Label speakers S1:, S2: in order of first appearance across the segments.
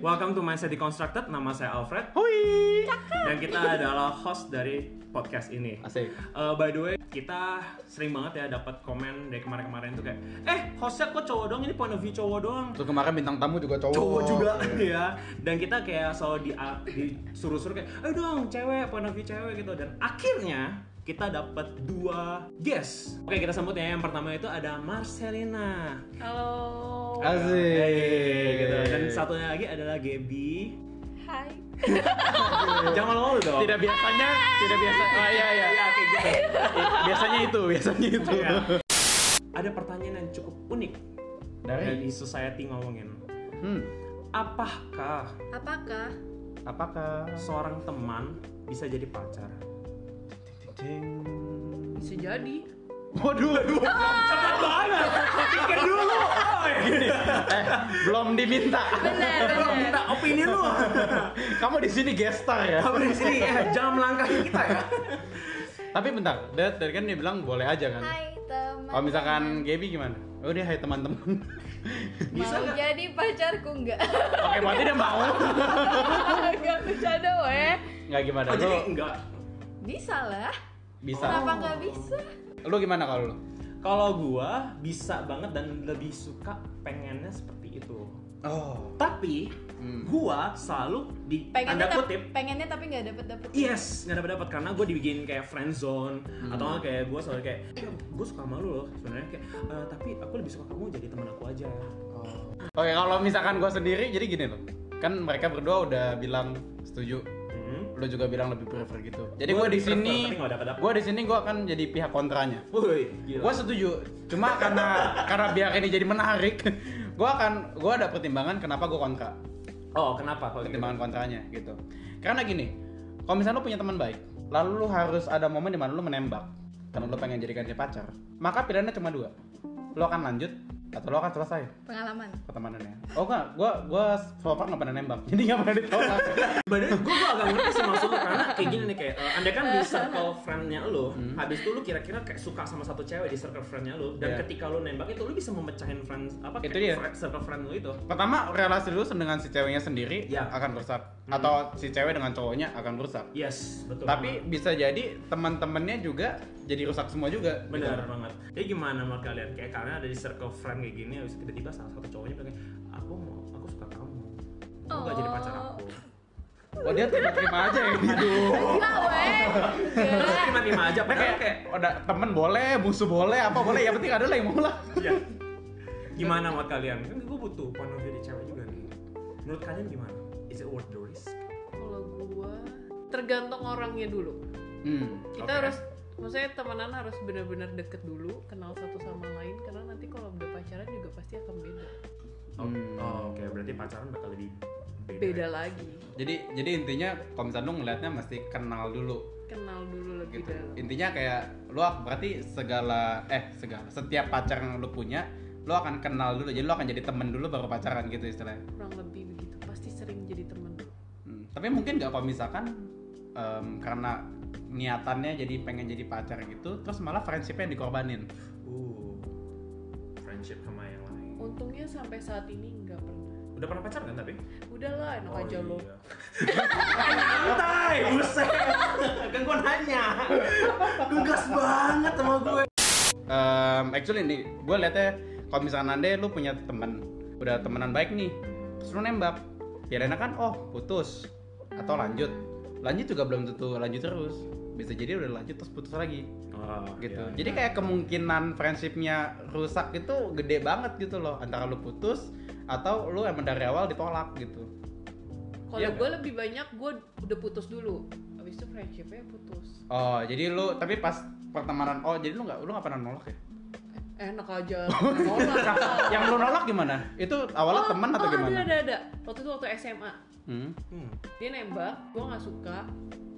S1: Welcome to Mindset Deconstructed. Nama saya Alfred
S2: Hui.
S1: dan kita adalah host dari podcast ini.
S2: Asik.
S1: Eh, by the way, kita sering banget ya dapat komen dari kemarin-kemarin tuh kayak, eh hostnya kok cowok doang? Ini point of view cowok doang.
S2: Terus kemarin bintang tamu juga cowok.
S1: cowok juga ya dan kita kayak selalu di disuruh-suruh kayak ayo dong cewek point of view cewek gitu dan akhirnya kita dapat dua guest oke kita sambut ya yang pertama itu ada Marcelina
S3: Halo.
S2: Asik.
S1: Hey, gitu. dan satunya lagi adalah Gaby
S3: Hai.
S1: jangan malu-malu dong
S2: Tidak biasanya, tidak biasa. Oh iya iya.
S1: ya kayak gitu
S2: Biasanya itu, biasanya itu.
S1: Iya. ada pertanyaan yang cukup unik dari society ngomongin
S2: Hmm.
S1: apakah
S3: Apakah?
S2: Apakah?
S1: seorang teman bisa jadi pacar
S2: Cing.
S3: Bisa jadi.
S2: Waduh, aduh.
S1: cepat banget pikir dulu
S2: eh, belum diminta.
S3: Benar,
S1: Belum Iya. minta
S3: benar.
S1: opini lu.
S2: Kamu di sini guest star ya.
S1: Kamu di sini ya, jangan melangkahi kita ya.
S2: Tapi bentar, Dad, tadi kan dia bilang boleh aja kan.
S4: Hai teman.
S2: Kalau misalkan Gaby gimana? Oh dia hai teman-teman.
S1: Bisa
S4: mau
S1: nggak?
S4: jadi pacarku enggak?
S2: Oke, berarti dia mau.
S4: Enggak bercanda weh.
S2: Nggak gimana
S1: Oh,
S2: lu
S1: jadi enggak.
S4: Bisa lah.
S2: bisa.
S4: Kenapa enggak bisa?
S2: Lu gimana kalau lu?
S1: Kalau gua bisa banget dan lebih suka pengennya seperti itu.
S2: Oh.
S1: Tapi
S2: Hmm.
S1: gua selalu di tanda
S4: Pengennya tapi
S1: kutip
S4: pengennya tapi enggak dapet dapet.
S1: Yes, nggak dapat dapat karena gue dibikin kayak friend zone
S2: Hmm.
S1: atau nggak kayak gue selalu kayak gue suka sama lu loh sebenarnya kayak "Eh, tapi aku lebih suka kamu jadi teman aku aja.
S2: Oke, kalau misalkan gue sendiri jadi gini loh. Kan mereka berdua udah bilang setuju.
S1: Hmm.
S2: Lu juga bilang lebih prefer gitu. Jadi
S1: Gua
S2: gue
S1: lebih
S2: di
S1: prefer,
S2: sini
S1: tapi nggak Iya. dapat-dapat.
S2: gue di sini gue akan jadi pihak kontranya.
S1: Woi, gila.
S2: Gue setuju. Cuma karena karena biar ini jadi menarik, gue akan gue ada pertimbangan kenapa gue kontra.
S1: oh kenapa kalau gitu?
S2: Pertimbangan kontranya gitu. Karena gini, kalau misalnya lu punya teman baik, lalu lu harus ada momen dimana lu menembak karena lu pengen jadikan dia pacar, maka pilihannya cuma dua. Lu akan lanjut atau lu akan selesai
S4: Pengalaman.
S2: pertemanannya oh enggak gua gua so far nggak pernah nembak jadi nggak pernah ditolak
S1: Badan gue gak agak ngerti sih maksud lu karena kayak gini nih kayak eh, andai kan di circle friendnya lo, habis itu lu kira-kira kayak suka sama satu cewek di circle friendnya lo, dan
S2: Hmm. Iya.
S1: ketika lu nembak itu lu bisa memecahin friends apa kayak
S2: Itu dia.
S1: fri- circle friend lu itu.
S2: pertama relasi lu dengan si ceweknya sendiri
S1: Ya.
S2: akan rusak atau si cewek dengan cowoknya akan rusak
S1: Yes, betul.
S2: tapi bisa jadi teman-temannya juga jadi rusak semua juga
S1: banget. benar banget. Jadi gimana menurut kalian? Kayak karena ada di circle friend kayak gini, habis tiba-tiba salah satu cowoknya bilang kayak, aku mau, aku suka kamu, kamu gak jadi pacar
S4: Oh.
S1: aku.
S2: gitu. oh dia terima-terima aja ya aduh
S4: Gila weh.
S1: Terus
S4: Gila.
S1: terima-terima aja, padahal
S2: kayak
S1: kayak
S2: udah temen boleh musuh boleh apa boleh yang penting ada lah yang mau lah
S1: ya. Gimana menurut kalian? Kan gue butuh point of view dari cewek juga nih. Menurut kalian gimana? Is it worth the risk?
S3: Kalau gua tergantung orangnya dulu.
S2: hmm.
S3: Kita
S1: Oke.
S3: harus maksudnya temenan harus benar-benar deket dulu, kenal satu sama lain karena nanti kalau udah pacaran juga pasti akan beda.
S1: Oh,
S2: Hmm.
S1: oh, oke berarti pacaran bakal lebih beda.
S3: Beda
S1: ya?
S3: lagi.
S2: jadi jadi intinya kalau misalnya lu ngeliatnya mesti kenal dulu
S3: Kenal dulu lebih
S2: gitu
S3: dalam.
S2: intinya kayak lu ak- berarti segala eh segala setiap pacar yang lu punya lu akan kenal dulu jadi lu akan jadi temen dulu baru pacaran gitu istilahnya
S3: Kurang lebih begitu. Pasti sering jadi teman.
S2: Hmm, tapi mungkin nggak apa misalkan em, karena niatannya jadi pengen jadi pacar gitu terus malah friendshipnya yang dikorbanin
S1: Uh, friendship sama yang lain.
S3: Untungnya sampai saat ini nggak pernah.
S1: Udah pernah pacaran kan tapi?
S3: Udahlah, enak aja lo.
S1: iya. Santai, buset. kan gua nanya. Lu gas banget sama gue.
S2: Em, actually nih gue liatnya kalau misalkan andai lu punya temen udah temenan baik nih terus lu nembak ya enak kan oh putus atau lanjut lanjut juga belum tentu lanjut terus bisa jadi udah lanjut terus putus lagi gitu.
S3: Iya.
S1: Iya.
S2: Jadi kayak kemungkinan friendshipnya rusak itu gede banget gitu loh antara lu putus atau lu emang dari awal ditolak gitu.
S3: Kalau
S2: Iya
S3: gue lebih banyak gue udah putus dulu. Habis itu friendshipnya putus.
S2: Oh jadi lu tapi pas pertemanan oh jadi lu nggak lu nggak pernah nolak ya?
S3: Eh,
S2: Nah,
S3: Enak aja. Nolak.
S2: Yang lu nolak gimana? Itu awalnya
S3: Oh,
S2: teman Ya, atau
S3: oh,
S2: gimana?
S3: Ada, ada, ada. Waktu itu waktu SMA.
S2: Hmm.
S1: Hmm.
S3: Dia nembak, gue nggak suka.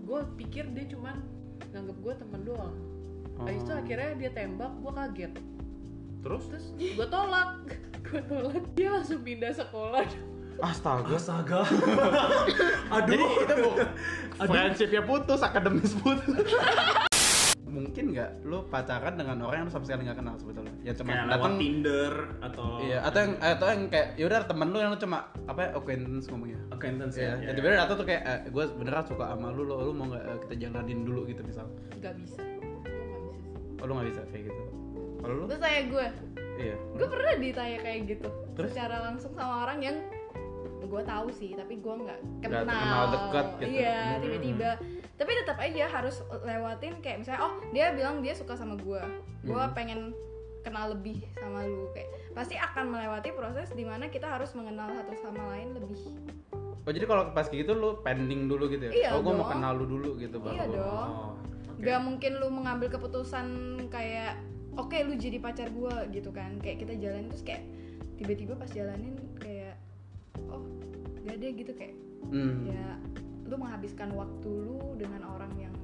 S3: Gue pikir dia cuman nganggep gue temen doang. Habis itu
S2: Oh.
S3: akhirnya dia tembak, gue kaget.
S1: Terus?
S3: Terus gue tolak. gue tolak. Dia langsung pindah sekolah.
S2: Astaga.
S1: Astaga. Aduh.
S2: Jadi itu bu, friendshipnya putus, akademis putus. Mung- mungkin nggak lu pacaran dengan orang yang lu sama sekali nggak kenal sebetulnya ya cuma
S1: kayak lewat
S2: datang
S1: Tinder atau
S2: iya atau yang atau yang kayak yaudah temen lu yang lu cuma apa ya, acquaintance ngomongnya
S1: acquaintance ya.
S2: Iya, ya, tiba-tiba datang tuh kayak gue beneran suka sama lu, lo, lu mau nggak eh, kita jalanin dulu gitu misal?
S3: Gak bisa. Gue gak bisa sih.
S2: Oh lu nggak bisa kayak gitu. Kalau lu?
S4: Terus saya gue,
S2: Iya.
S4: gue pernah ditanya kayak gitu
S2: Terus?
S4: secara langsung sama orang yang gue tahu sih, tapi gue nggak
S2: Nggak
S4: kenal.
S2: terkenal dekat gitu.
S4: Iya,
S1: Hmm.
S4: tiba-tiba. Tapi tetap aja harus lewatin kayak misalnya, oh dia bilang dia suka sama gue, gue
S2: Hmm.
S4: pengen kenal lebih sama lu kayak pasti akan melewati proses dimana kita harus mengenal satu sama lain lebih
S2: Oh jadi kalau pas kayak gitu lu pending dulu gitu ya?
S4: Iya
S2: oh gue mau
S4: dong.
S2: kenal lu dulu gitu baru.
S4: Iya dong.
S1: Oh, oke.
S4: Gak mungkin lu mengambil keputusan kayak oke lu jadi pacar gue gitu kan kayak kita jalan terus kayak tiba-tiba pas jalanin kayak oh gak deh gitu kayak
S2: Hmm.
S4: ya lu menghabiskan waktu lu dengan orang yang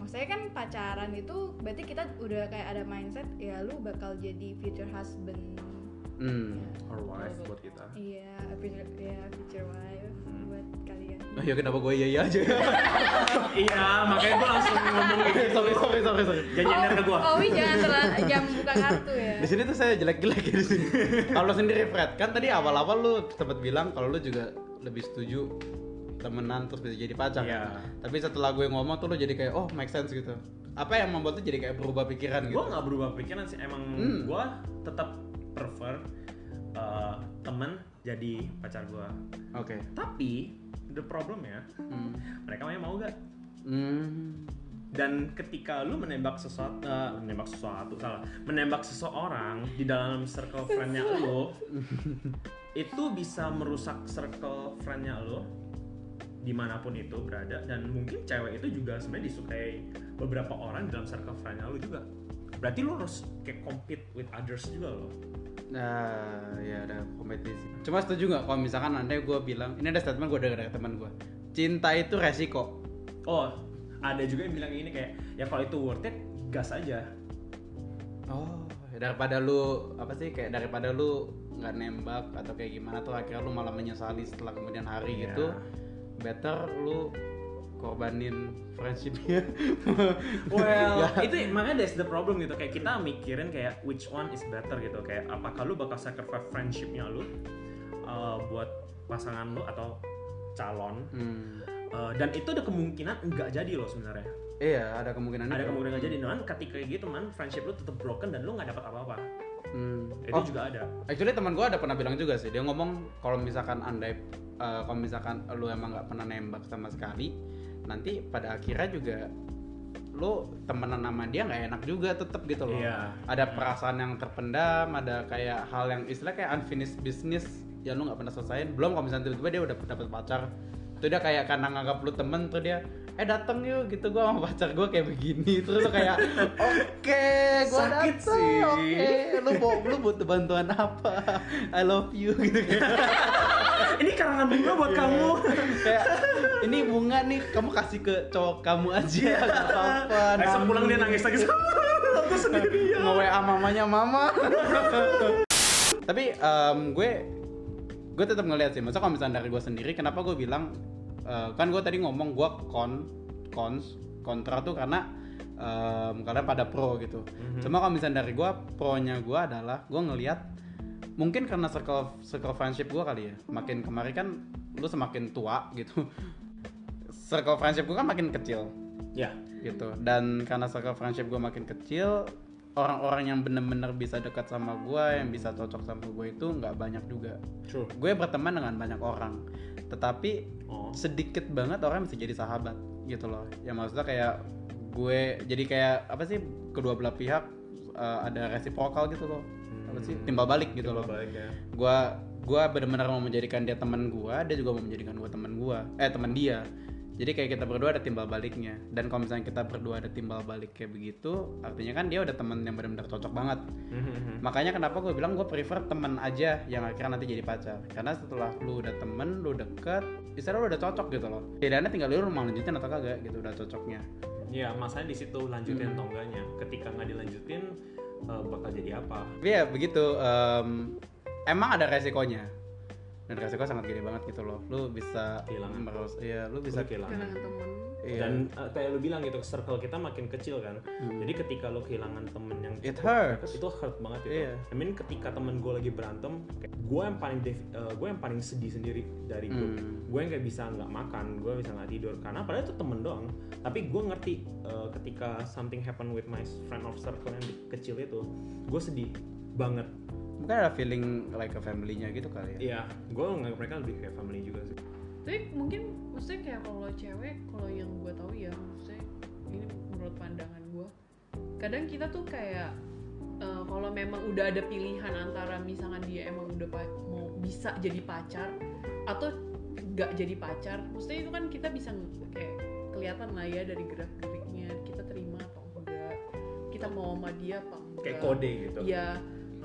S4: maksudnya kan pacaran itu berarti kita udah kayak ada mindset ya lu bakal jadi future husband
S2: Hmm.
S1: Or wife buat kita.
S4: iya future ya future wife
S1: Hmm.
S4: buat kalian
S2: Oh iya kenapa gue iya iya aja?
S1: iya, makanya gue langsung ngomong gitu.
S2: sorry sorry sorry sorry.
S1: jangan nyender ke gue.
S4: Owi Oh, iya, jangan terlalu jangan buka kartu ya
S2: Di sini tuh saya jelek-jelek ya di sini. kalau lu sendiri Fred, kan tadi awal-awal lu sempat bilang kalau lu juga lebih setuju temenan terus bisa jadi pacar.
S1: Iya.
S2: kan? Tapi setelah gue ngomong tuh lu jadi kayak oh make sense gitu. Apa yang membuat lu jadi kayak berubah pikiran
S1: Gue
S2: gitu?
S1: nggak berubah pikiran sih, emang
S2: Hmm.
S1: gue tetap prefer eh, temen jadi pacar gue.
S2: Oke.
S1: Tapi the problem ya,
S2: Hmm.
S1: mereka maunya mau gak?
S2: Hmm.
S1: Dan ketika lu menembak sesuatu, eh, menembak sesuatu salah, menembak seseorang di dalam circle friendnya lu, itu bisa merusak circle friendnya lu dimanapun itu berada dan mungkin cewek itu juga sebenarnya disukai beberapa orang di dalam circle friendnya lu juga. Berarti lu harus kayak compete with others juga loh.
S2: Nah, ya ada kompetisi. Cuma setuju nggak kalau misalkan andai gue bilang, ini ada statement gue dari dari teman gue, cinta itu resiko.
S1: Oh, ada juga yang bilang ini kayak ya kalau itu worth it, gas aja.
S2: Oh, daripada lu apa sih kayak daripada lu nggak nembak atau kayak gimana tuh akhirnya lu malah menyesali setelah kemudian hari
S1: Iya.
S2: gitu, better lu korbanin friendshipnya.
S1: Well,
S2: Ya.
S1: itu makanya that's the problem gitu. Kayak kita mikirin kayak which one is better gitu. Kayak apakah lu bakal sacrifice friendshipnya lu uh, buat pasangan lu atau calon?
S2: Hmm.
S1: Uh, dan itu ada kemungkinan enggak jadi loh sebenarnya.
S2: Iya, ada kemungkinan.
S1: Ada
S2: itu.
S1: kemungkinan nggak jadi. Cuman ketika kayak gitu man, friendship lu tetap broken dan lu nggak dapat apa-apa.
S2: Hmm.
S1: Itu
S2: Oh,
S1: juga ada.
S2: Actually teman gue ada pernah bilang juga sih dia ngomong kalau misalkan andai eh, kalau misalkan lu emang nggak pernah nembak sama sekali nanti pada akhirnya juga lu temenan sama dia nggak enak juga tetep gitu loh
S1: Iya.
S2: ada perasaan yang terpendam ada kayak hal yang istilah kayak unfinished business yang lu nggak pernah selesaiin belum kalau misalnya tiba-tiba dia udah dapet pacar tuh dia kayak karena nganggap lu temen tuh dia eh dateng yuk gitu gua sama pacar gua kayak begini terus lu kayak oke gua
S1: Sakit
S2: dateng
S1: sih.
S2: oke lu mau lu butuh bantuan apa I love you gitu kayak
S1: Ini karangan bunga buat
S2: Iya.
S1: kamu.
S2: kayak, ini bunga nih kamu kasih ke cowok kamu aja gak apa-apa
S1: Esok pulang dia nangis lagi. Aku ya. sendirian.
S2: nge WA mamanya mama tapi em, gue gue tetap ngeliat sih masa kalau misalnya dari gue sendiri kenapa gue bilang eh, kan gue tadi ngomong gue kon cons kontra tuh karena em, kalian pada pro gitu cuma kalau misalnya dari gue pro nya gue adalah gue ngeliat mungkin karena circle circle friendship gue kali ya makin kemarin kan lu semakin tua gitu circle friendship gue kan makin kecil
S1: Ya.
S2: gitu dan karena circle friendship gue makin kecil orang-orang yang bener-bener bisa dekat sama gue yang bisa cocok sama gue itu nggak banyak juga
S1: True.
S2: gue berteman dengan banyak orang tetapi
S1: Oh.
S2: sedikit banget orang yang bisa jadi sahabat gitu loh ya maksudnya kayak gue jadi kayak apa sih kedua belah pihak eh, ada resiprokal gitu loh apa sih
S1: Hmm.
S2: timbal balik gitu loh
S1: Baik ya.
S2: gua gua benar-benar mau menjadikan dia teman gua dia juga mau menjadikan gua teman gua eh teman dia jadi kayak kita berdua ada timbal baliknya dan kalau misalnya kita berdua ada timbal balik kayak begitu artinya kan dia udah teman yang benar-benar cocok banget
S1: Hmm.
S2: makanya kenapa gue bilang gue prefer teman aja yang akhirnya nanti jadi pacar karena setelah lu udah temen lu deket istilah lu udah cocok gitu loh bedanya tinggal lu mau lanjutin atau kagak gitu udah cocoknya
S1: Ya, masalahnya di situ
S2: Hmm.
S1: lanjutin atau enggaknya. Ketika nggak dilanjutin, eh, bakal jadi apa?
S2: Tapi ya begitu em, emang ada resikonya dan resiko sangat gede banget gitu loh lu bisa
S1: Kehilangan.
S2: merus ya lu bisa
S1: Bisa kehilangan.
S3: Kehilangan temen.
S2: Iya.
S1: dan eh, kayak lu bilang gitu circle kita makin kecil kan
S2: Hmm.
S1: jadi ketika lu kehilangan temen yang cukup
S2: It
S1: deket,
S2: hurts.
S1: itu hurt banget itu
S2: Iya.
S1: I mean ketika temen gue lagi berantem gue yang paling gue yang paling sedih sendiri dari grup
S2: Hmm.
S1: gue yang kayak bisa nggak makan gue bisa nggak tidur karena padahal itu temen doang tapi gue ngerti eh, ketika something happen with my friend of circle yang di- kecil itu gue sedih banget
S2: Mungkin ada feeling like a family-nya gitu kali ya.
S1: Iya, gue nggak mereka lebih kayak family juga sih.
S3: tapi mungkin maksudnya kayak kalau cewek kalau yang gue tahu ya maksudnya ini menurut pandangan gue kadang kita tuh kayak eh, kalau memang udah ada pilihan antara misalkan dia emang udah pa- mau bisa jadi pacar atau nggak jadi pacar maksudnya itu kan kita bisa ng- kayak kelihatan lah ya dari gerak geriknya kita terima atau enggak kita mau sama dia apa enggak
S1: Kayak kode gitu.
S3: Iya.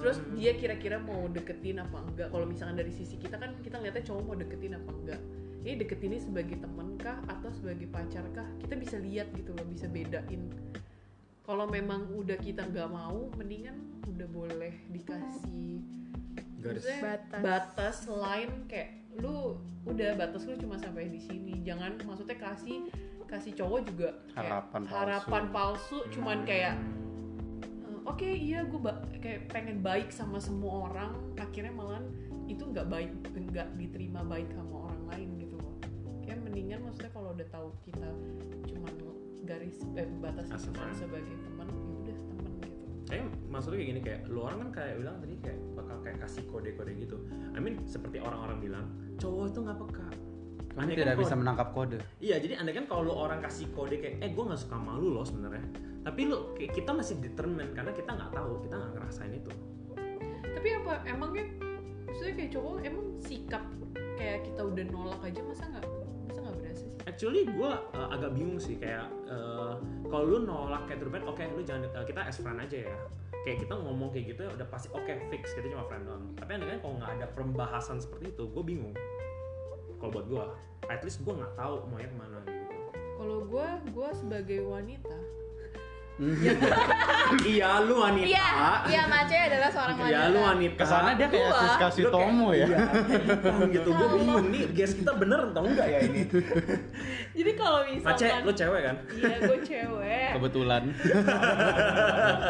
S3: Terus
S1: Hmm.
S3: dia kira-kira mau deketin apa enggak? Kalau misalkan dari sisi kita kan kita ngeliatnya cowok mau deketin apa enggak? Ini deketinnya sebagai temen kah atau sebagai pacar kah? Kita bisa lihat gitu loh, bisa bedain. Kalau memang udah kita nggak mau, mendingan udah boleh dikasih
S1: Garis.
S3: Maksudnya
S4: Batas.
S3: batas lain kayak lu udah batas lu cuma sampai di sini. Jangan maksudnya kasih kasih cowok juga kayak
S2: Harapan palsu. Hmm.
S3: harapan palsu cuman kayak "Eh, oke iya gue kayak pengen baik sama semua orang akhirnya malahan itu nggak baik nggak diterima baik sama orang lain gitu loh kayak mendingan maksudnya kalau udah tahu kita cuman garis eh, batas
S1: As a
S3: cuman
S1: friend.
S3: sebagai teman ya udah teman gitu
S1: Tapi maksudnya kayak gini kayak lu orang kan kayak bilang tadi kayak bakal kayak kasih kode-kode gitu. I mean seperti orang-orang bilang cowok itu nggak peka.
S2: Kamu
S1: Andai kan
S2: tidak
S1: kode-
S2: bisa menangkap kode.
S1: Iya, jadi andai kan kalau lu orang kasih kode kayak eh gue nggak suka malu loh sebenarnya. Tapi lu kayak kita masih determined karena kita nggak tahu, kita nggak ngerasain itu.
S3: tapi apa emangnya maksudnya kayak cowok emang sikap kayak kita udah nolak aja masa nggak masa nggak berasa sih
S1: Actually gue agak bingung sih kayak eh, kalau lu nolak kayak terbaik, oke lu jangan eh, kita as friend aja ya. Kayak kita ngomong kayak gitu ya udah pasti oke fix kita cuma friend doang. Tapi andai kan kalau nggak ada pembahasan seperti itu, gue bingung. Kalau buat gue, at least gue nggak tahu maunya kemana gitu.
S3: kalau gue gue sebagai wanita
S1: Hmm. iya lu wanita.
S4: Iya,
S2: Ah.
S4: iya Mace adalah seorang wanita.
S2: Ya,
S1: Iya lu wanita.
S2: Kesana dia kayak
S4: Gua.
S2: Siska
S1: Lu kayak-
S2: Sitomo ya.
S1: Iya, kayak gitu gue bingung nih guys kita bener atau enggak ya ini.
S3: jadi kalau
S1: Mace,
S3: misalkan
S1: lu cewek kan?
S3: Iya, gue cewek
S2: Kebetulan.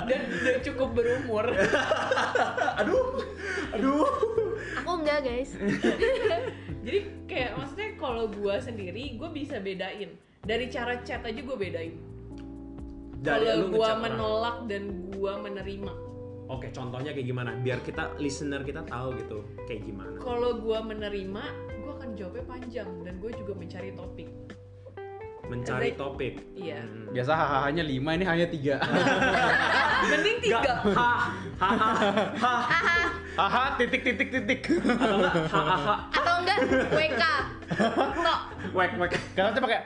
S3: dan udah cukup berumur.
S1: Aduh, aduh.
S4: Aku enggak guys.
S3: Jadi kayak maksudnya kalau gue sendiri, gue bisa bedain dari cara chat aja gue bedain. Kalau
S1: lu
S3: gue
S1: ngechat orang.
S3: menolak dan gue menerima.
S1: Oke, contohnya kayak gimana? Biar kita listener kita tahu gitu, kayak gimana?
S3: Kalau gue menerima, gue akan jawabnya panjang dan gue juga mencari topik.
S1: Mencari
S3: Like-
S1: topik.
S3: Iya.
S1: Hmm.
S2: Biasa hahahanya lima, ini hanya tiga.
S3: Mending tiga.
S1: Ha, ha, ha, ha,
S2: Haha, titik, titik, titik.
S1: atau enggak? Ha, ha, ha,
S4: Atau enggak WK. Tok.
S1: wek, wek.
S2: Karena tuh pakai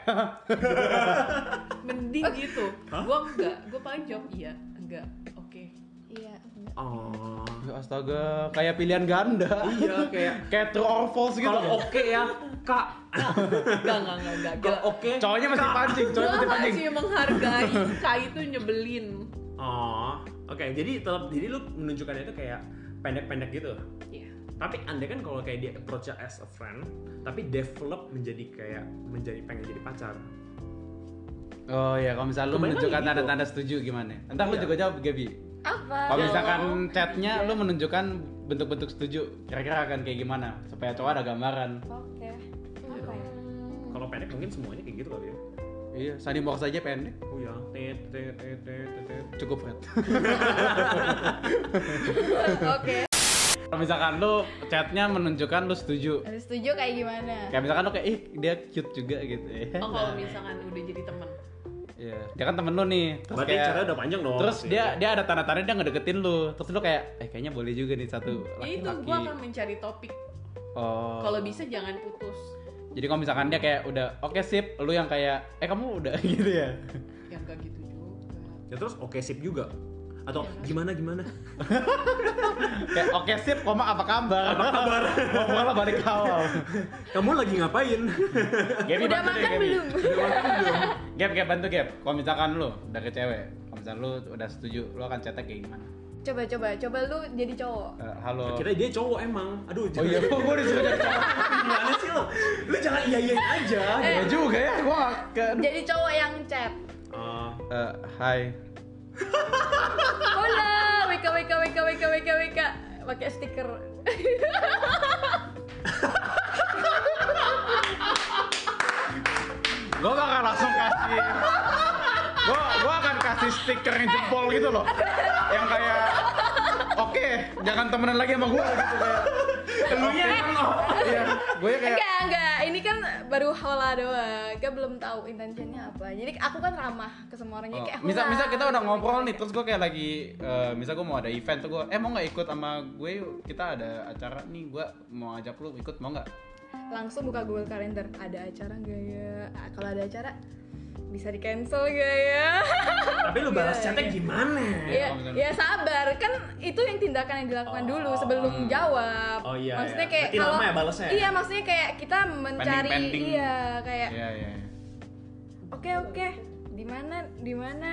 S3: Mending gitu. Gue enggak. Gue paling jawab iya, enggak. Oke.
S4: Iya, aku enggak.
S1: Oh,
S2: Astaga, kayak pilihan ganda.
S1: iya kayak.
S2: Kayak true or false gitu.
S1: Kalau oke ya, kak.
S3: Enggak, enggak, enggak, enggak.
S1: Kalau oke,
S2: Cowoknya masih pancing, cowoknya
S3: Gue
S2: masih pancing.
S3: masih menghargai Kai itu nyebelin.
S1: Oh, oke. Jadi tetap, jadi lu menunjukkannya itu kayak pendek-pendek gitu.
S3: Iya.
S1: Tapi andai kan kalau kayak dia approach as a friend, tapi develop menjadi kayak menjadi pengen jadi pacar.
S2: Oh iya, kalau misalnya lu
S1: Kebanyakan
S2: menunjukkan
S1: gitu.
S2: tanda-tanda setuju gimana? Entar lu
S1: Iya.
S2: juga jawab, Gabi.
S4: Apa?
S2: Kalau
S3: Jawab.
S2: misalkan chatnya lu menunjukkan bentuk-bentuk setuju, kira-kira akan kayak gimana? Supaya cowok ada gambaran.
S4: Oke. Apa ya?
S1: Kalau pendek mungkin semuanya kayak gitu kali ya.
S2: Iya, Sani Box aja pendek,
S1: Oh ya, tet, tet, tet, tet, tet.
S2: cukup red.
S4: Oke.
S2: kalau misalkan lu chatnya menunjukkan lu setuju,
S4: Habis setuju kayak gimana?
S2: kayak misalkan lu kayak ih dia cute juga gitu. Iya.
S3: Oh kalau misalkan udah jadi temen Ya
S2: Iya. Dia kan temen lu nih. Terus
S1: Berarti
S2: kayak
S1: caranya udah panjang dong.
S2: Terus
S1: pasti.
S2: dia dia ada tanda-tanda dia ngedeketin lu. Terus lu kayak eh kayaknya boleh juga nih satu
S3: Ya itu
S2: laki-laki.
S3: gue akan mencari topik
S2: Oh.
S3: Kalau bisa jangan putus
S2: Jadi kalau misalkan dia kayak udah oke sip, lu yang kayak eh kamu udah gitu ya.
S3: Ya gak gitu juga
S1: Ya terus oke sip juga. Atau gimana gimana?
S2: Kayak oke sip, koma apa kabar? Apa kabar? Mau balik ke awal.
S1: Kamu lagi ngapain?
S2: Gaby
S4: Udah
S2: bantu deh,
S4: makan
S2: Gaby.
S4: belum?
S2: Gap, gap, bantu Gap. Kalau misalkan lu udah ke cewek, kalau misalkan lu udah setuju, lu akan chatnya kayak gimana?
S4: coba coba coba lu jadi cowok
S2: Eh, halo
S1: Kira dia cowok emang. Aduh,
S2: oh iya gue disuruh jadi
S4: Eh.
S2: cowok
S1: Gimana sih lo? Lu jangan iya iyain aja.
S2: Iya juga ya gue gak ke aduh.
S4: jadi cowok yang chat
S1: Eh,
S2: Eh, hai
S4: hola wk wk wk wk wk wk pakai stiker
S2: gue bakal langsung kasih gue gue akan kasih stiker yang jempol gitu loh yang kayak oke jangan temenan lagi sama gue gitu kayak
S1: Elunya
S2: "Oke."
S1: emang, oh.
S2: iya gue kayak
S4: enggak enggak ini kan baru hola doang gue belum tahu intentionnya apa jadi aku kan ramah ke semua orang jadi
S2: Oh,
S4: kayak
S2: misal
S4: hola.
S2: misal kita udah ngobrol nih terus gue kayak lagi eh, misal gue mau ada event tuh gue eh mau nggak ikut sama gue yuk? kita ada acara nih gue mau ajak lu ikut mau nggak
S4: langsung buka Google Calendar ada acara nggak ya Ah, kalau ada acara bisa di cancel gak ya
S1: tapi lu balas chatnya gimana?
S4: ya,
S2: kalau misalnya-
S4: ya sabar kan itu yang tindakan yang dilakukan
S1: Oh.
S4: dulu sebelum jawab
S1: Oh, iya,
S4: maksudnya
S1: iya.
S4: kayak
S1: Berarti
S4: kalau
S1: lama ya balesnya ya?
S4: iya maksudnya kayak kita mencari
S2: Pending-pending.
S4: iya kayak
S2: iya iya iya.
S4: oke oke di mana di mana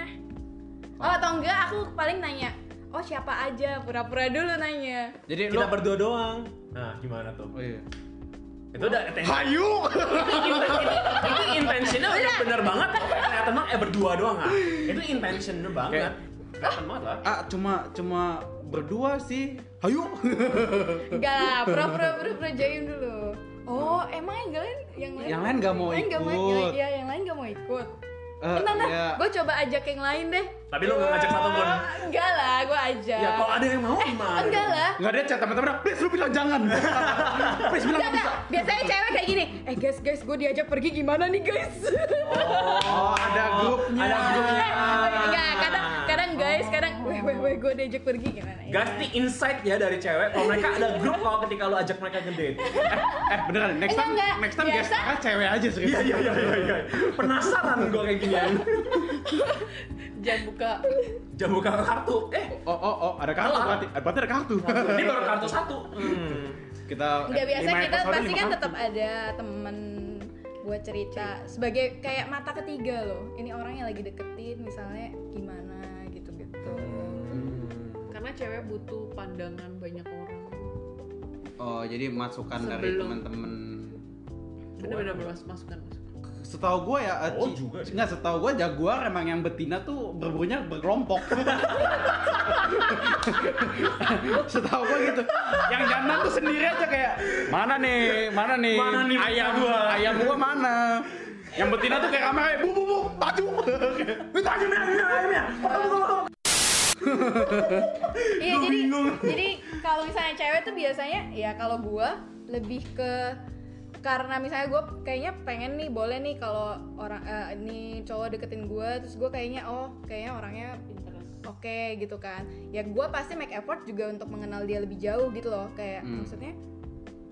S4: oh atau enggak aku paling nanya oh siapa aja pura-pura dulu nanya
S2: jadi lu
S1: Kita berdua doang. Nah, gimana tuh?
S2: oh iya
S1: Itu udah itu
S2: hayu
S1: itu intentionnya udah bener banget. Kelihatan banget eh berdua doang ah. Itu intentionnya banget.
S2: Kayak-
S1: Kelihatan banget lah.
S2: ah cuma cuma berdua sih hayu
S4: enggak lah pura-pura pura-pura join dulu oh emang yang lain yang lain
S2: Yang lain nggak mau
S4: yang lain nggak mau-
S2: ikut.
S4: iya yang lain nggak mau ikut
S2: Eh,
S4: Entar, entar,
S2: iya.
S4: gue coba ajak yang lain deh
S1: Tapi lu nggak ngajak satu pun.
S4: Enggak lah, gue ajak
S1: Ya kalau ada yang mau gimana?
S4: Iya. Enggak lah
S2: nggak ada chat teman-teman please lu bilang jangan please bilang
S4: Enggak, enggak. Biasanya cewek kayak gini Eh guys, guys, gue diajak pergi gimana nih guys?
S2: oh ada grupnya
S1: Ada grupnya.
S4: Enggak, kadang, kadang guys, kadang Weh, weh, weh, gue diajak pergi gimana ya?
S1: Guys, ini insight ya dari cewek. Kalau mereka ada grup kalau ketika lu ajak mereka ngedate.
S2: eh beneran next
S4: Enggak,
S2: time
S4: enggak.
S2: next time guest
S4: Biasa.
S2: star cewek aja serius
S1: Iya iya iya iya. iya. Penasaran gue kayak ginian.
S3: Jam buka.
S1: Jam buka kartu. Eh,
S2: oh oh oh ada kartu
S1: Kalah.
S2: berarti berarti ada kartu
S1: ini baru kartu satu. Hmm.
S2: kita eh,
S4: Enggak, biasa
S2: lima
S4: kita
S2: episode,
S4: pasti
S2: lima
S4: kan
S2: kartu.
S4: tetap ada temen buat cerita sebagai kayak mata ketiga loh ini orang yang lagi deketin misalnya gimana gitu gitu
S3: Karena cewek butuh pandangan banyak orang.
S2: oh jadi masukan dari
S3: Sebelum.
S2: teman-teman
S3: Bener-bener mas masukan masukan.
S2: setahu gue ya eh,
S1: Oh,
S2: ci-
S1: juga sih.
S2: nggak setahu gue jaguar emang yang betina tuh berburunya berkelompok setahu gue gitu yang jantan tuh sendiri aja kayak mana nih mana nih
S1: Mana nih
S2: ayam
S1: betina gua?"
S2: ayam gua mana yang betina tuh kayak kamera bu bu bu baju Wih, baju nih, ayamnya, ayamnya.
S4: Iya
S1: Gua
S4: jadi
S1: bingung.
S4: jadi kalau misalnya cewek tuh biasanya ya kalau gua lebih ke karena misalnya gue kayaknya pengen nih boleh nih kalau orang eh, ini cowok deketin gua terus gue kayaknya oh kayaknya orangnya
S3: Interest.
S4: oke gitu kan ya gua pasti make effort juga untuk mengenal dia lebih jauh gitu loh kayak
S2: Hmm.
S4: maksudnya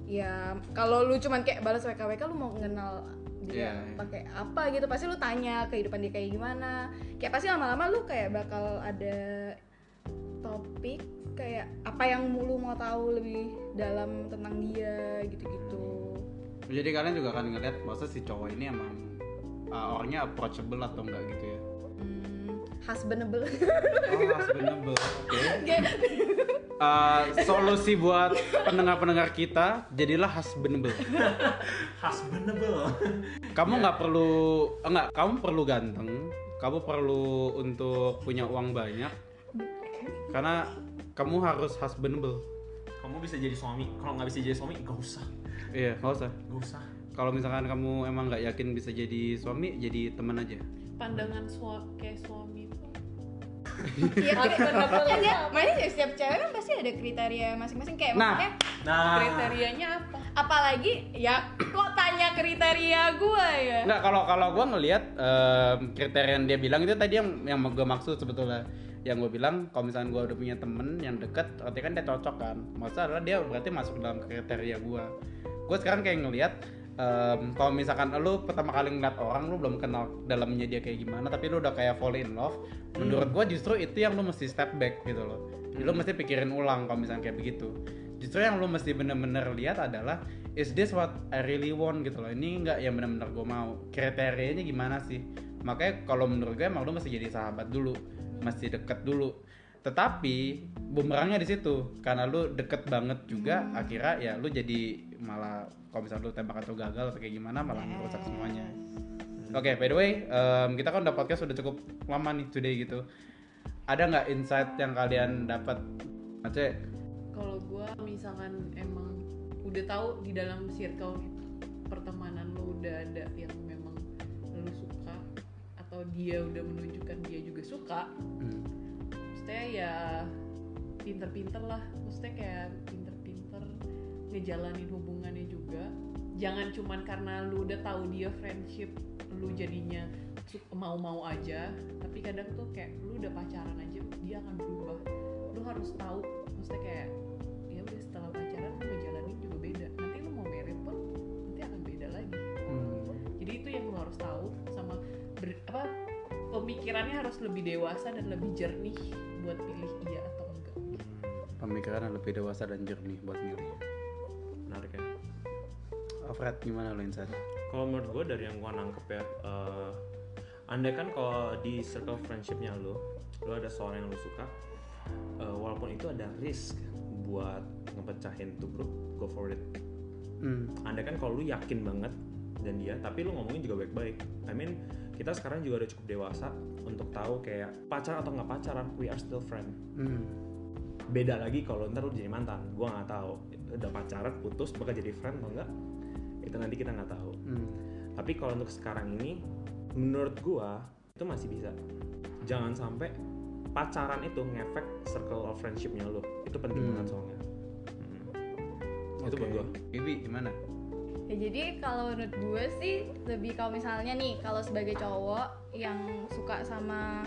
S4: ya kalau lu cuman kayak balas WKWK lu mau kenal dia
S2: Iya, iya.
S4: pakai apa gitu pasti lu tanya kehidupan dia kayak gimana kayak pasti lama-lama lu kayak bakal ada topik kayak apa yang lu mau tahu lebih dalam tentang dia gitu-gitu
S2: jadi kalian juga akan ngeliat masa si cowok ini emang uh, orangnya approachable atau enggak gitu ya
S4: hmm, husbandable
S2: oh sebenarnya oke
S4: Kayak-
S2: Iya. Uh, solusi buat pendengar-pendengar kita jadilah husbandable.
S1: Husbandable.
S2: Kamu nggak perlu enggak, kamu perlu ganteng, kamu perlu untuk punya uang banyak. Karena kamu harus husbandable.
S1: Kamu bisa jadi suami. Kalau nggak bisa jadi suami, nggak usah.
S2: Iya, nggak usah.
S1: Nggak usah.
S2: Kalau misalkan kamu emang nggak yakin bisa jadi suami, jadi teman aja.
S3: Pandangan sua kayak suami itu.
S4: Iya, kayak-
S3: Husbandable.
S4: enggak, makanya setiap cewek kan pasti ada kriteria masing-masing kayak
S2: Nah.
S4: maksudnya
S1: Nah,
S3: Kriterianya apa?
S4: apalagi ya kok tanya kriteria gue ya
S2: Nggak, kalau kalau gua ngelihat em, kriteria yang dia bilang itu tadi yang yang gue maksud sebetulnya yang gue bilang kalau misalkan gue udah punya temen yang deket berarti kan dia cocok kan maksudnya adalah dia berarti masuk dalam kriteria gue gue sekarang kayak ngelihat em, kalau misalkan lu pertama kali ngeliat orang lu belum kenal dalamnya dia kayak gimana tapi lu udah kayak fall in love menurut gue justru itu yang lu mesti step back gitu loh Jadi lu mesti pikirin ulang kalau misalkan kayak begitu justru yang lu mesti bener-bener lihat adalah is this what I really want gitu loh ini nggak yang bener-bener gue mau kriterianya gimana sih makanya kalau menurut gue emang lu mesti jadi sahabat dulu mesti deket dulu tetapi bumerangnya di situ karena lu deket banget juga akhirnya ya lu jadi malah kalau misalnya lu tembak atau gagal atau kayak gimana malah merusak semuanya oke by the way em, kita kan udah podcast udah cukup lama nih today gitu ada nggak insight yang kalian dapat Aceh
S3: kalau gue misalkan emang udah tahu di dalam circle pertemanan lo udah ada yang memang lo suka atau dia udah menunjukkan dia juga suka
S2: Hmm.
S3: maksudnya ya pinter-pinter lah maksudnya kayak pinter-pinter ngejalanin hubungannya juga jangan cuman karena lu udah tahu dia friendship lu jadinya su- mau-mau aja tapi kadang tuh kayak lu udah pacaran aja dia akan berubah lu harus tahu maksudnya kayak ya udah setelah pacaran lu ngejalanin juga beda nanti lu mau married pun nanti akan beda lagi jadi itu yang lo harus tahu sama ber- apa pemikirannya harus lebih dewasa dan lebih jernih buat pilih iya atau enggak
S2: pemikiran lebih dewasa dan jernih buat milih
S1: menarik ya
S2: Fred gimana lo insight
S1: kalau menurut gue dari yang gue nangkep ya eh, andai kan kalau di circle friendshipnya lo lo ada seorang yang lo suka eh, walaupun itu ada risk buat ngepecahin tuh bro go for it
S2: Hmm.
S1: andai kan kalau lu yakin banget dan dia tapi lu ngomongin juga baik-baik I mean kita sekarang juga udah cukup dewasa untuk tahu kayak pacaran atau nggak pacaran we are still friend
S2: Hmm.
S1: beda lagi kalau ntar lu jadi mantan gua nggak tahu udah pacaran putus bakal jadi friend atau enggak itu nanti kita nggak tahu
S2: Hmm.
S1: tapi kalau untuk sekarang ini menurut gua itu masih bisa jangan sampai pacaran itu ngefek circle of friendshipnya lo itu penting
S2: Hmm.
S1: banget soalnya Hmm. itu
S2: Oke.
S1: buat gua
S2: Bibi gimana
S4: Ya jadi kalau menurut gue sih lebih kalau misalnya nih kalau sebagai cowok yang suka sama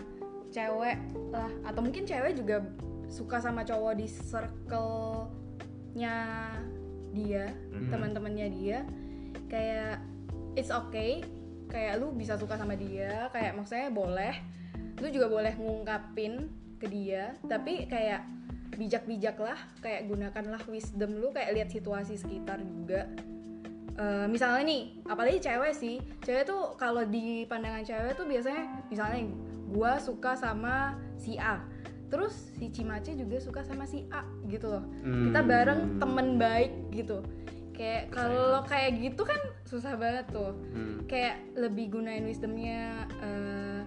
S4: cewek lah atau mungkin cewek juga suka sama cowok di circle-nya dia,
S2: Hmm.
S1: Mhm.
S4: teman-temannya dia kayak it's okay, kayak lu bisa suka sama dia, kayak maksudnya boleh. Lu juga boleh ngungkapin ke dia, tapi kayak bijak-bijak lah, kayak gunakanlah wisdom lu, kayak lihat situasi sekitar juga. Eh, misalnya nih, apalagi cewek sih, cewek tuh kalau di pandangan cewek tuh biasanya misalnya gua suka sama si A, terus si Cimace juga suka sama si A gitu loh. Kita
S2: Hmm.
S4: bareng temen baik gitu. Kayak kalau kayak gitu kan susah banget tuh.
S2: Hmm.
S4: Kayak lebih gunain wisdomnya eh,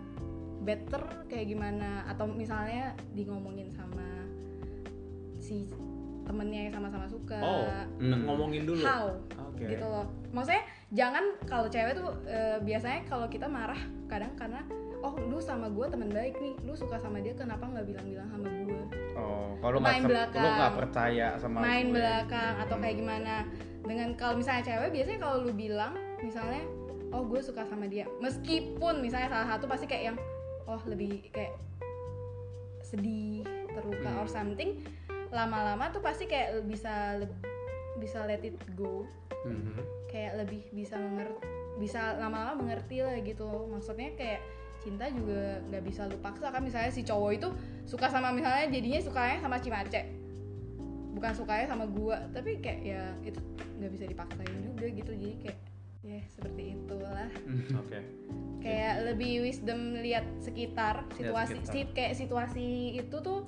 S4: better kayak gimana atau misalnya di ngomongin sama si temennya yang sama-sama suka.
S1: oh
S2: Hmm.
S1: ngomongin dulu
S4: How?
S1: oke
S4: gitu loh maksudnya jangan kalau cewek tuh eh, biasanya kalau kita marah kadang karena oh lu sama gue teman baik nih lu suka sama dia kenapa nggak bilang-bilang sama gue
S2: Oh, kalau nggak
S4: Main
S2: ser-
S4: belakang.
S2: lu nggak percaya sama
S4: main
S2: gue.
S4: belakang atau
S2: Hmm.
S4: kayak gimana dengan kalau misalnya cewek biasanya kalau lu bilang misalnya oh gue suka sama dia meskipun misalnya salah satu pasti kayak yang oh lebih kayak sedih terluka
S2: Hmm.
S4: or something lama-lama tuh pasti kayak bisa leb- bisa let it go
S2: Hmm.
S1: Mhm.
S4: kayak lebih bisa mengerti bisa lama-lama mengerti lah gitu maksudnya kayak cinta juga nggak bisa lu paksa kan misalnya si cowok itu suka sama misalnya jadinya sukanya sama Cimace bukan sukanya sama gua tapi kayak ya itu nggak bisa dipaksain juga gitu jadi kayak ya seperti itulah
S1: oke
S4: kayak lebih wisdom lihat sekitar situasi
S2: sekitar.
S4: sit- kayak situasi itu tuh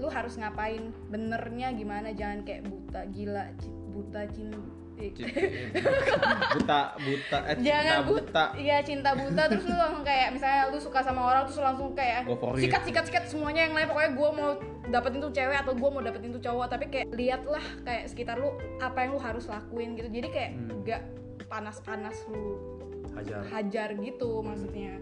S4: lu harus ngapain benernya gimana jangan kayak buta gila ci- buta eh, cinta
S2: C- buta buta eh,
S4: jangan
S2: cinta buta
S4: iya cinta buta terus lu langsung kayak misalnya lu suka sama orang terus lu langsung kayak
S2: Go for it.
S4: sikat sikat sikat semuanya yang lain pokoknya gue mau dapetin tuh cewek atau gue mau dapetin tuh cowok tapi kayak lihatlah kayak sekitar lu apa yang lu harus lakuin gitu jadi kayak
S2: Hmm.
S4: nggak panas-panas lu
S1: hajar
S4: hajar gitu maksudnya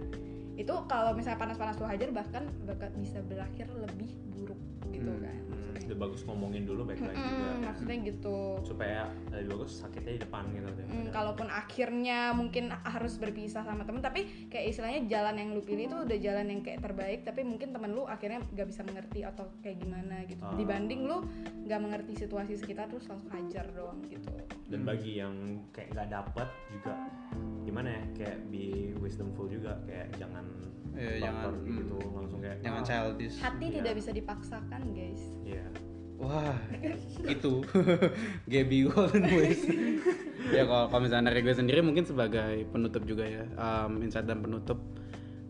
S4: itu kalau misalnya panas-panas lu hajar bahkan bakal bisa berakhir lebih buruk gitu
S2: Hmm.
S4: kan
S1: Hmm,
S4: maksudnya
S1: udah bagus ngomongin dulu baik baik juga
S4: Mm-mm, maksudnya gitu
S1: supaya lebih bagus sakitnya di depan gitu
S4: Hmm, kalaupun akhirnya mungkin harus berpisah sama temen tapi kayak istilahnya jalan yang lu pilih itu udah jalan yang kayak terbaik tapi mungkin temen lu akhirnya gak bisa mengerti atau kayak gimana gitu
S1: Ah.
S4: dibanding lu gak mengerti situasi sekitar terus langsung hajar doang gitu
S1: dan
S2: Hmm.
S1: bagi yang kayak nggak dapat juga gimana ya kayak be wisdomful juga kayak jangan
S2: Iya, jangan,
S1: baper
S2: hmm.
S1: gitu langsung kayak
S2: jangan
S1: "Ah,
S2: childish
S4: hati
S1: Iya.
S4: tidak bisa dipaksakan guys
S1: iya
S2: wah itu Gaby Golden Voice ya kalau kalau misalnya dari gue sendiri mungkin sebagai penutup juga ya um, insight dan penutup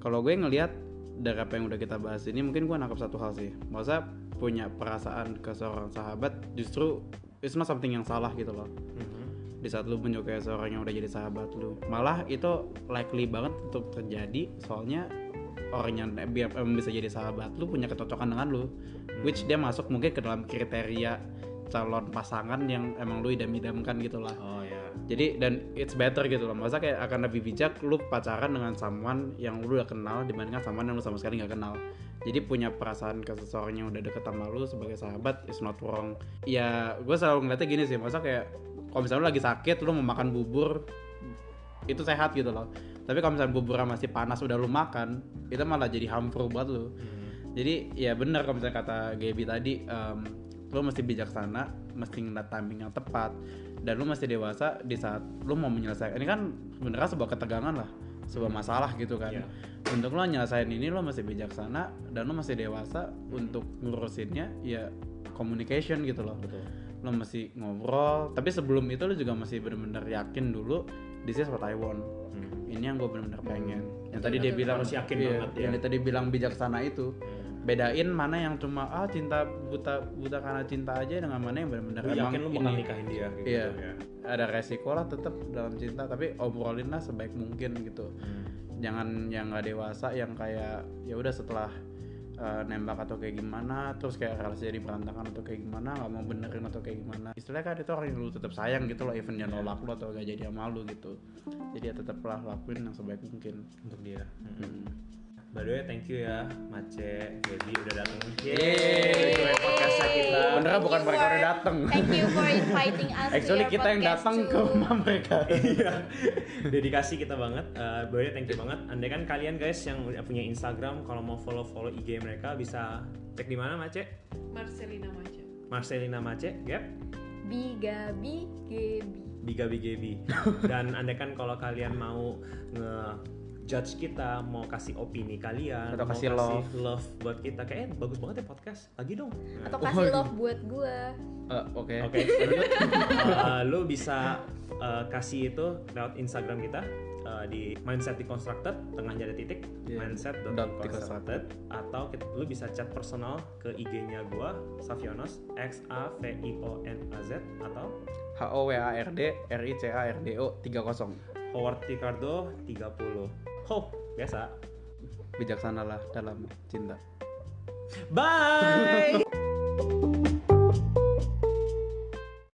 S2: kalau gue ngelihat dari apa yang udah kita bahas ini mungkin gue nangkap satu hal sih masa punya perasaan ke seorang sahabat justru it's not something yang salah gitu loh di saat lu menyukai seorang yang udah jadi sahabat lu malah itu likely banget untuk terjadi soalnya orang yang bi- em, bisa jadi sahabat lu punya kecocokan dengan lu
S1: Hmm.
S2: which dia masuk mungkin ke dalam kriteria calon pasangan yang emang lu idam-idamkan gitu lah
S1: Oh ya.
S2: jadi dan it's better gitu loh masa kayak akan lebih bijak lu pacaran dengan someone yang lu udah kenal dibandingkan someone yang lu sama sekali nggak kenal jadi punya perasaan ke seseorang yang udah deket sama lu sebagai sahabat is not wrong ya gue selalu ngeliatnya gini sih masa kayak kalau misalnya lu lagi sakit lu mau makan bubur itu sehat gitu loh tapi kalau misalnya buburnya masih panas udah lu makan itu malah jadi harmful buat lu jadi ya benar kalau misalnya kata Gaby tadi em, lo mesti bijaksana mesti ngeliat timing yang tepat dan lo mesti dewasa di saat lo mau menyelesaikan ini kan sebenarnya sebuah ketegangan lah sebuah masalah gitu kan
S1: Hmm. Iya.
S2: untuk lo nyelesain ini lo mesti bijaksana dan lo masih dewasa untuk ngurusinnya ya communication gitu loh
S1: Betul.
S2: lo mesti ngobrol tapi sebelum itu lo juga masih bener-bener yakin dulu this is what I want
S1: Hmm.
S2: ini yang gue bener-bener pengen yang
S4: Betul,
S2: tadi dia
S4: betul.
S2: bilang
S1: Harus yakin
S2: iya,
S1: banget, ya.
S2: yang dia tadi bilang bijaksana itu bedain mana yang cuma ah cinta buta buta karena cinta aja dengan mana yang benar-benar
S1: Lu
S2: Nah, emang
S1: yakin lu bakal
S2: ini
S1: nikahin dia gitu
S2: Iya.
S1: ya.
S2: ada resiko lah tetap dalam cinta tapi obrolin lah sebaik mungkin gitu jangan yang nggak dewasa yang kayak ya udah setelah eh, nembak atau kayak gimana terus kayak relasi jadi berantakan atau kayak gimana nggak mau benerin atau kayak gimana istilahnya kan itu orang yang lu tetap sayang gitu loh even dia nolak lu atau gak jadi sama lu gitu jadi ya tetaplah lakuin yang sebaik mungkin
S1: Untuk dia. Hmm.
S2: Hmm.
S1: By the way, thank you ya Mace, Gaby udah datang.
S2: Yeay.
S1: Ke podcastnya kita.
S2: Beneran bukan
S4: You
S2: mereka
S4: are-
S2: udah datang.
S4: Thank you for inviting us. to
S2: actually
S4: your
S2: kita yang
S4: podcast
S2: datang ke
S4: too.
S2: rumah mereka
S1: Iya. Dedikasi kita banget. Eh, by the way, thank you banget. Andai kan kalian guys yang punya Instagram kalau mau follow-follow IG mereka bisa cek di mana Mace?
S3: Marcelina Maca
S1: Marcelina Mace, Gap.
S4: Bigabi Gebi.
S1: Biga Bigebi. Dan andaikan kalau kalian mau nge judge kita, mau kasih opini kalian,
S2: Atau
S1: mau
S2: kasih love.
S1: buat kita, kayaknya bagus banget ya podcast. Lagi dong. Nah,
S4: Atau
S2: Oh,
S4: kasih
S2: iya.
S4: love buat gua.
S2: Eh, oke
S1: Oke, lanjut. Eh, lu bisa eh, kasih itu lewat Instagram kita eh, di mindset deconstructed tengahnya ada titik
S2: Iya.
S1: mindset
S2: Dot
S1: deconstructed atau kit- lu bisa chat personal ke IG-nya gua Savionos X A V I O N A Z atau
S2: H O W A R D R I C A R D O 30
S1: Howard Ricardo 30 Hope biasa
S2: bijaksanalah dalam cinta
S1: Bye